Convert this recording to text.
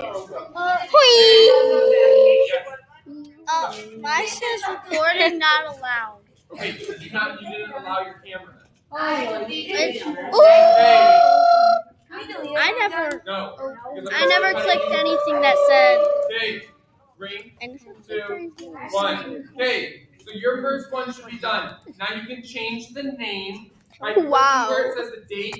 Uh, recording not allowed. Wait, you did not, you didn't allow your camera. 哎哦 Ooh! I never, No. because I never everybody- clicked anything that said. Dave, green, I never clicked two, anything that said- one. Dave, so your first one should be done. Now you can change the name. by Wow. Where it says the date